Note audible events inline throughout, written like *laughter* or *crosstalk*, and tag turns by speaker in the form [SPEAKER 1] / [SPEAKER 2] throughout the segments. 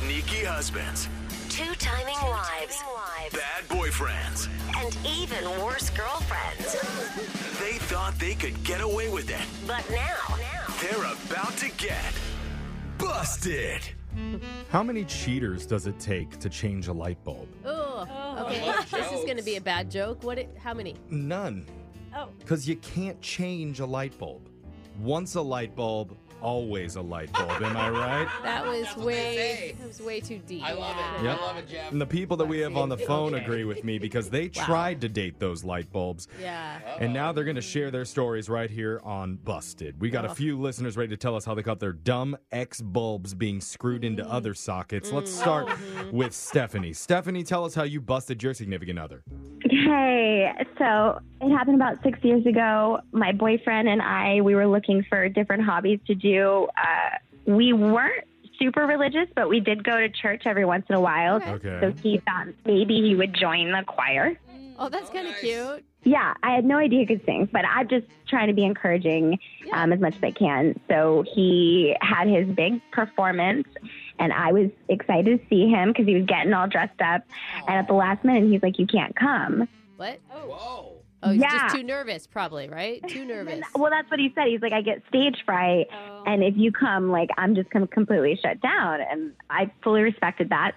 [SPEAKER 1] Sneaky husbands,
[SPEAKER 2] Two timing wives.
[SPEAKER 1] bad boyfriends.
[SPEAKER 2] And even worse girlfriends.
[SPEAKER 1] They thought they could get away with it.
[SPEAKER 2] But now, now,
[SPEAKER 1] They're about to get busted.
[SPEAKER 3] How many cheaters does it take to change a light bulb?
[SPEAKER 4] Oh, okay. *laughs* This is going to be a bad joke. What? It, how many?
[SPEAKER 3] None.
[SPEAKER 4] Oh.
[SPEAKER 3] Because you can't change a light bulb. Once a light bulb, always a light bulb. Am I right?
[SPEAKER 4] That was
[SPEAKER 5] That's what they say.
[SPEAKER 4] way. That was way too deep.
[SPEAKER 5] I love it.
[SPEAKER 3] Yep.
[SPEAKER 5] *laughs* I love it, Jeff.
[SPEAKER 3] And the people that we have on the phone
[SPEAKER 4] Okay.
[SPEAKER 3] agree with me because
[SPEAKER 5] *laughs*
[SPEAKER 3] they tried to date those light bulbs.
[SPEAKER 4] Yeah.
[SPEAKER 3] And now they're going to share their stories right here on Busted. We got a few listeners ready to tell us how they caught their dumb ex bulbs being screwed
[SPEAKER 5] Mm.
[SPEAKER 3] into other sockets. Let's start
[SPEAKER 5] Oh, mm-hmm.
[SPEAKER 3] with Stephanie. Stephanie, tell us how you busted your significant other.
[SPEAKER 6] Hey, so it happened about six years ago. My boyfriend and I, we were looking for different hobbies to do. Uh, we weren't super religious, but we did go to church every once in a while.
[SPEAKER 3] Okay.
[SPEAKER 6] So he thought maybe he would join the choir.
[SPEAKER 4] Oh, that's kind of
[SPEAKER 5] nice.
[SPEAKER 4] cute.
[SPEAKER 6] Yeah, I had no idea he could sing, but I'm just trying to be encouraging
[SPEAKER 4] Yeah.
[SPEAKER 6] um, as much as I can. So he had his big performance, and I was excited to see him because he was getting all dressed up. And at the last minute, he's like, You can't come.
[SPEAKER 4] What?
[SPEAKER 5] Whoa.
[SPEAKER 4] Oh, he's
[SPEAKER 6] Yeah.
[SPEAKER 4] just too nervous, probably.
[SPEAKER 6] *laughs*
[SPEAKER 4] Right? Too nervous.
[SPEAKER 6] Well, that's what he said. He's like, I get stage fright, and if you come, like, I'm just com- completely shut down. And I fully respected that.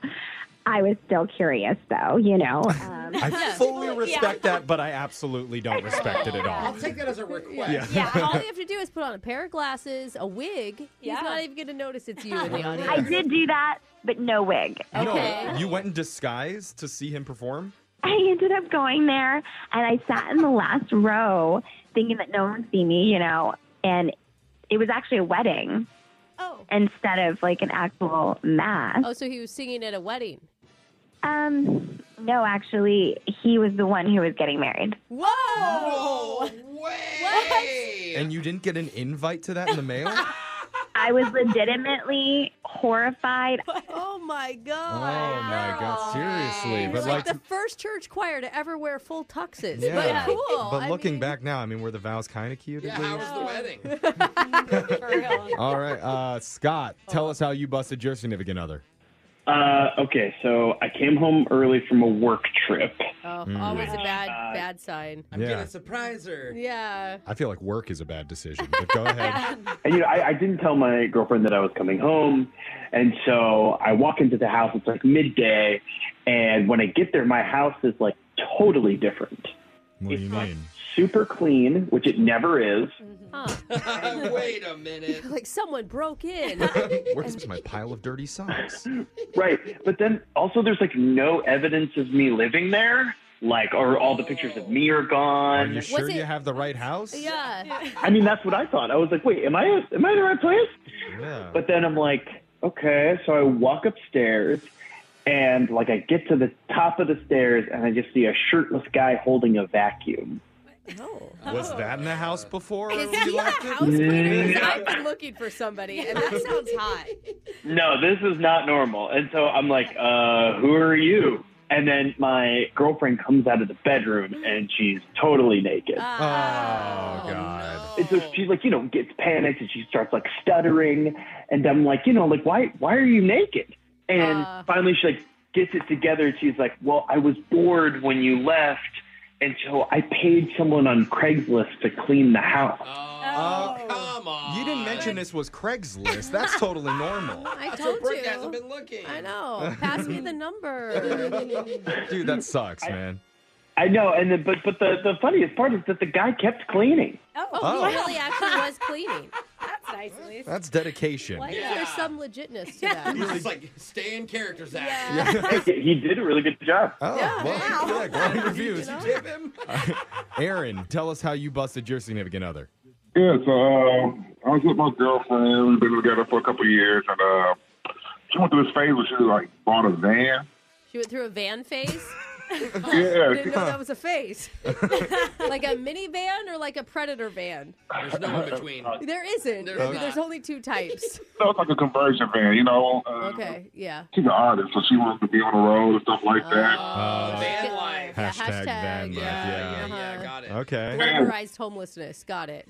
[SPEAKER 6] I was still curious, though, you know. Um,
[SPEAKER 3] I fully respect that, but I absolutely don't respect it at all.
[SPEAKER 5] I'll take that as a request.
[SPEAKER 3] Yeah.
[SPEAKER 4] *laughs* All you have to do is put on a pair of glasses, a wig.
[SPEAKER 7] Yeah.
[SPEAKER 4] He's not even going to notice it's you in the audience.
[SPEAKER 6] I did do that, but no wig. *laughs*
[SPEAKER 4] Okay.
[SPEAKER 3] No, you went in disguise to see him perform?
[SPEAKER 6] I ended up going there, and I sat in the last row thinking that no one would see me, you know. And it was actually a wedding
[SPEAKER 4] Oh.
[SPEAKER 6] instead of like an actual mass.
[SPEAKER 4] Oh, so he was singing at a wedding.
[SPEAKER 6] Um, no, actually, he was the one who was getting married.
[SPEAKER 4] Whoa!
[SPEAKER 5] Whoa. Way.
[SPEAKER 3] And you didn't get an invite to that in the
[SPEAKER 5] *laughs*
[SPEAKER 3] mail? Oh,
[SPEAKER 6] I was legitimately horrified.
[SPEAKER 4] Oh my
[SPEAKER 3] Oh
[SPEAKER 4] god!
[SPEAKER 3] my god, seriously. But
[SPEAKER 4] It's
[SPEAKER 3] like
[SPEAKER 4] like the first church choir to ever wear full tuxes.
[SPEAKER 3] yeah.
[SPEAKER 4] But cool.
[SPEAKER 3] But
[SPEAKER 4] I
[SPEAKER 3] looking
[SPEAKER 4] mean-
[SPEAKER 3] back now, I mean were the vows kind of cute
[SPEAKER 5] Yeah,
[SPEAKER 3] at
[SPEAKER 5] how
[SPEAKER 3] least?
[SPEAKER 5] was the
[SPEAKER 4] *laughs*
[SPEAKER 5] wedding?
[SPEAKER 7] For real.
[SPEAKER 3] *laughs* All right, uh, Scott, tell us how you busted your significant other.
[SPEAKER 8] Uh, okay, so I came home early from a work trip.
[SPEAKER 4] Oh, always a bad bad sign.
[SPEAKER 5] I'm
[SPEAKER 3] Yeah.
[SPEAKER 5] gonna surprise her.
[SPEAKER 4] Yeah.
[SPEAKER 3] I feel like work is a bad decision, but
[SPEAKER 4] *laughs*
[SPEAKER 3] go ahead.
[SPEAKER 8] And, you know, I, I didn't tell my girlfriend that I was coming home. And so I walk into the house, it's like midday. And when I get there, my house is like totally different.
[SPEAKER 3] What
[SPEAKER 4] *laughs*
[SPEAKER 3] do you mean?
[SPEAKER 8] Super clean, which it never is.
[SPEAKER 4] Huh.
[SPEAKER 5] *laughs* Wait a
[SPEAKER 4] *laughs*
[SPEAKER 5] minute.
[SPEAKER 4] *laughs* Like someone broke *laughs* in.
[SPEAKER 3] Where's my pile of dirty
[SPEAKER 5] *laughs*
[SPEAKER 3] socks?
[SPEAKER 8] Right. But then also, there's like no evidence of me living there. Like, or all the pictures of me are
[SPEAKER 3] Are
[SPEAKER 8] gone.
[SPEAKER 3] you sure
[SPEAKER 4] it-
[SPEAKER 3] you have the right house?
[SPEAKER 4] yeah.
[SPEAKER 8] I mean, that's what I thought. I was like, wait, am I, am I in the right place?
[SPEAKER 3] Yeah.
[SPEAKER 8] But then I'm like, okay. So I walk upstairs and like I get to the top of the stairs and I just see a shirtless guy holding a vacuum.
[SPEAKER 4] No.
[SPEAKER 3] Was that in the house before?
[SPEAKER 4] Is
[SPEAKER 3] when you
[SPEAKER 4] he a
[SPEAKER 3] left it?
[SPEAKER 4] house cleaner? 'Cause I've been looking for somebody, and that sounds hot. *laughs*
[SPEAKER 8] No, this is not normal. And so I'm like, uh, who are you? And then my girlfriend comes out of the bedroom and she's totally naked.
[SPEAKER 3] Oh, God.
[SPEAKER 8] And so she's like, you know, gets panicked and she starts like stuttering. And I'm like, you know, like why why are you naked? And
[SPEAKER 4] Uh.
[SPEAKER 8] finally she like gets it together and she's like, Well, I was bored when you left and so I paid someone on Craigslist to clean the house.
[SPEAKER 5] Oh, come on.
[SPEAKER 3] You didn't mention this was Craigslist. That's totally normal.
[SPEAKER 4] *laughs* I
[SPEAKER 5] That's where
[SPEAKER 4] told
[SPEAKER 5] Brooke hasn't
[SPEAKER 4] you.
[SPEAKER 5] been looking.
[SPEAKER 4] I *laughs* know. Pass me the *laughs* number.
[SPEAKER 3] Dude, that sucks, man.
[SPEAKER 8] I know, and then but but the, the funniest part is that the guy kept cleaning.
[SPEAKER 7] Oh,
[SPEAKER 4] Oh,
[SPEAKER 3] Oh.
[SPEAKER 4] he really actually was cleaning.
[SPEAKER 7] that's nice, at least.
[SPEAKER 3] That's dedication.
[SPEAKER 4] Like,
[SPEAKER 5] Yeah.
[SPEAKER 4] There's some legitness to that.
[SPEAKER 5] He's just like, stay in character, Zach.
[SPEAKER 8] he did a really good job.
[SPEAKER 3] Oh, well, yeah, glowing reviews.
[SPEAKER 5] *laughs* Did you tip him?
[SPEAKER 3] Aaron, tell us how you busted your significant other.
[SPEAKER 9] Yeah, so uh, I was with my girlfriend. We've been together for a couple of years, and uh, she went through this phase where she like bought a van.
[SPEAKER 4] She went through a van phase. *laughs*
[SPEAKER 9] Yeah,
[SPEAKER 4] Didn't know that was a phase. *laughs* like *laughs* a minivan or like a predator van.
[SPEAKER 5] There's no
[SPEAKER 3] *laughs*
[SPEAKER 5] in between.
[SPEAKER 3] Uh,
[SPEAKER 4] There isn't.
[SPEAKER 5] There's
[SPEAKER 4] There's,
[SPEAKER 5] not.
[SPEAKER 4] only two *laughs* types.
[SPEAKER 9] so it's like a conversion van, you know. Uh,
[SPEAKER 4] Okay, yeah.
[SPEAKER 9] She's an artist, so she wants to be on the road and stuff like that.
[SPEAKER 4] Oh.
[SPEAKER 3] Uh,
[SPEAKER 5] Van life.
[SPEAKER 4] Yeah,
[SPEAKER 3] hashtag van
[SPEAKER 4] hashtag,
[SPEAKER 3] life,
[SPEAKER 4] Uh-huh.
[SPEAKER 5] Yeah, yeah,
[SPEAKER 3] yeah.
[SPEAKER 5] yeah, got it.
[SPEAKER 3] Okay.
[SPEAKER 4] Glamorized homelessness. Got it.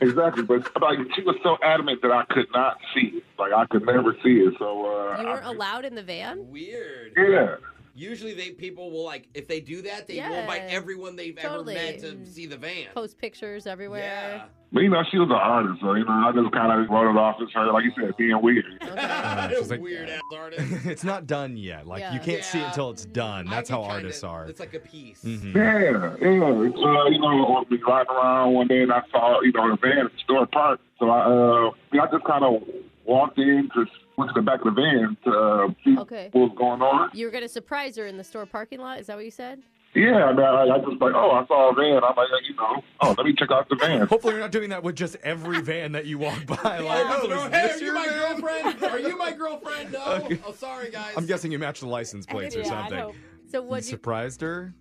[SPEAKER 9] Exactly, but like she was so adamant that I could not see it. Like I could never see it. So uh,
[SPEAKER 4] You were
[SPEAKER 9] I-
[SPEAKER 4] allowed in the van?
[SPEAKER 5] Weird.
[SPEAKER 9] yeah,
[SPEAKER 5] Usually, they people will like if they do that, they will invite
[SPEAKER 4] Yeah.
[SPEAKER 5] everyone they've
[SPEAKER 4] Totally. Mm.
[SPEAKER 5] ever met to see the van.
[SPEAKER 4] Post pictures everywhere.
[SPEAKER 5] yeah.
[SPEAKER 9] but you know she was an artist, so you know I just kind of wrote it off as her, like you said, being weird.
[SPEAKER 4] *laughs*
[SPEAKER 5] *laughs*
[SPEAKER 3] it's just Uh, like-
[SPEAKER 5] weird ass
[SPEAKER 3] *laughs*
[SPEAKER 5] artist.
[SPEAKER 3] it's not done yet. Like you
[SPEAKER 4] Yeah.
[SPEAKER 3] can't see it
[SPEAKER 5] Yeah.
[SPEAKER 3] until it's done.
[SPEAKER 5] I
[SPEAKER 3] That's
[SPEAKER 5] can
[SPEAKER 3] how
[SPEAKER 5] kinda-
[SPEAKER 3] artists are.
[SPEAKER 5] It's like a piece.
[SPEAKER 3] Mhm.
[SPEAKER 9] Yeah, yeah. So uh, you know, I was riding around one day and I saw you know the van at the store park. So I, uh, yeah, I just kind of walked in to went to the back of the van to uh, see
[SPEAKER 4] Okay.
[SPEAKER 9] what was going on.
[SPEAKER 4] You were going to surprise her in the store parking lot? Is that what you said?
[SPEAKER 9] Yeah, I mean, I, I just like, oh, I saw a van. I'm like, you know, oh, let me check out the van.
[SPEAKER 3] Hopefully, you're not doing that with just every van that you walk by. Like,
[SPEAKER 5] Yeah,
[SPEAKER 3] oh,
[SPEAKER 5] so,
[SPEAKER 3] is
[SPEAKER 5] hey,
[SPEAKER 3] this
[SPEAKER 5] are you
[SPEAKER 3] your
[SPEAKER 5] my
[SPEAKER 3] van?"
[SPEAKER 5] girlfriend? Are you my girlfriend? No.
[SPEAKER 3] *laughs*
[SPEAKER 5] Oh, sorry, guys.
[SPEAKER 3] I'm guessing you matched the license plates or
[SPEAKER 7] Yeah, I
[SPEAKER 3] something.
[SPEAKER 7] hope.
[SPEAKER 4] So
[SPEAKER 3] You
[SPEAKER 4] what you
[SPEAKER 3] surprised her?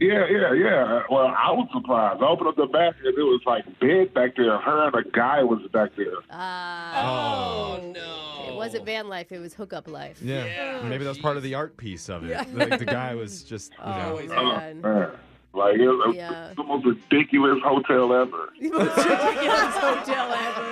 [SPEAKER 9] Yeah, yeah, yeah. Well, I was surprised. I opened up the back and it was like bed back there. Her and a guy was back there.
[SPEAKER 4] uh,
[SPEAKER 5] Oh no.
[SPEAKER 4] it wasn't van life, it was hookup life. *laughs*
[SPEAKER 3] Yeah.
[SPEAKER 5] Yeah,
[SPEAKER 3] Maybe that was part of the art piece of it. Like the guy was just, you know.
[SPEAKER 4] Oh,
[SPEAKER 5] always-
[SPEAKER 4] man.
[SPEAKER 9] Man, like it was
[SPEAKER 4] Yeah.
[SPEAKER 9] the most ridiculous hotel ever.
[SPEAKER 5] *laughs*
[SPEAKER 4] hotel ever.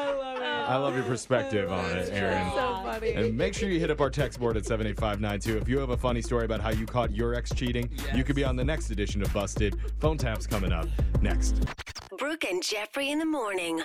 [SPEAKER 7] I love it.
[SPEAKER 3] I love your perspective on it, Aaron.
[SPEAKER 7] So funny.
[SPEAKER 3] And make sure you hit up our text board at 78592. If you have a funny story about how you caught your ex cheating, you could be on the next edition of Busted. Phone taps coming up next.
[SPEAKER 2] Brooke and Jeffrey in the morning.